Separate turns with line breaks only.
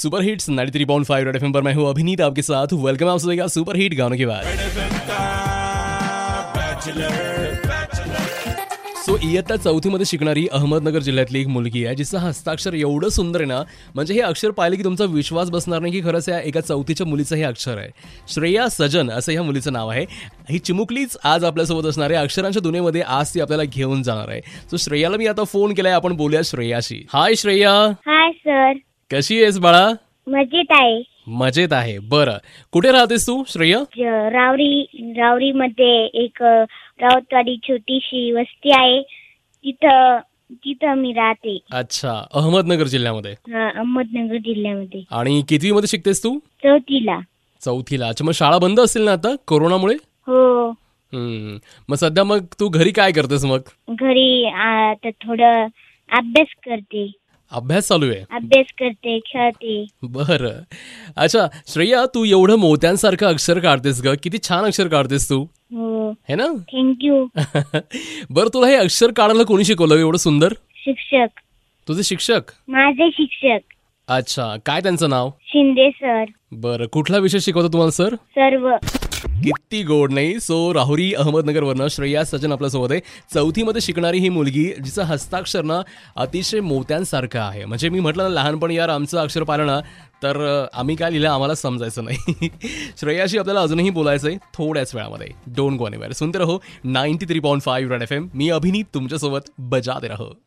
Super hits 93.5 red FM पर मैं हूं अभिनीत आपके साथ वेलकम आप सभी का सुपर हिट गानों के बाद सो इयत्ता चौथीमध्ये शिकणारी अहमदनगर जिल्ह्यातली एक मुलगी आहे जिचं हस्ताक्षर एवढं सुंदर आहे ना म्हणजे हे अक्षर पाहिलं की तुमचा विश्वास बसणार नाही की खरंच या एका चौथीच्या मुलीचं हे अक्षर आहे श्रेया सजन असं ह्या मुलीचं नाव आहे ही चिमुकलीच आज आपल्यासोबत असणार आहे अक्षरांच्या दुनियेमध्ये आज ती आपल्याला घेऊन जाणार आहे सो श्रेयाला मी आता फोन केलाय आपण बोलूया श्रेयाशी हाय श्रेया
हाय सर
कशी आहेस बाळा
मजेत आहे
मजेत आहे बरं कुठे राहतेस तू श्रेया
ज- रावरी रावरी मध्ये एक अ, राऊतवाडी छोटीशी वस्ती आहे तिथं तिथं मी राहते
अच्छा अहमदनगर जिल्ह्यामध्ये
हा, अहमदनगर जिल्ह्यामध्ये
आणि कितवीमध्ये शिकतेस तू
चौथीला
चौथीला अच्छा मग शाळा बंद असेल ना आता कोरोनामुळे
हो
हम्म. मग सध्या मग तू घरी काय करतेस मग
घरी आ, तर थोडं अभ्यास करते
अभ्यास चालू आहे
अभ्यास करते खेळते
बर अच्छा श्रेया तू एवढं मोत्यांसारखं अक्षर काढतेस ग किती छान अक्षर काढतेस तू
हो
है ना
थँक्यू
बरं तुला हे अक्षर काढायला कोणी शिकवलं ग एवढं सुंदर
शिक्षक
तुझे शिक्षक
माझे शिक्षक
अच्छा काय त्यांचं नाव
शिंदे सर
बरं कुठला विषय शिकवतो तुम्हाला सर
सर्व
किती गोड नाही सो राहुरी अहमदनगरवरनं श्रेया सजन आपल्यासोबत आहे चौथीमध्ये शिकणारी ही मुलगी जिचं हस्ताक्षर ना अतिशय मोत्यांसारखं आहे म्हणजे मी म्हटलं ना लहानपणी यार आमचं अक्षर पाहिलं ना तर अं, आम्ही काय लिहिलं आम्हाला समजायचं नाही श्रेयाशी आपल्याला अजूनही बोलायचं आहे थोड्याच वेळामध्ये डोंट गो एनिवेअर सुनते रहो ninety three point five red F M मी अभिनीत तुमच्यासोबत बजाते रहो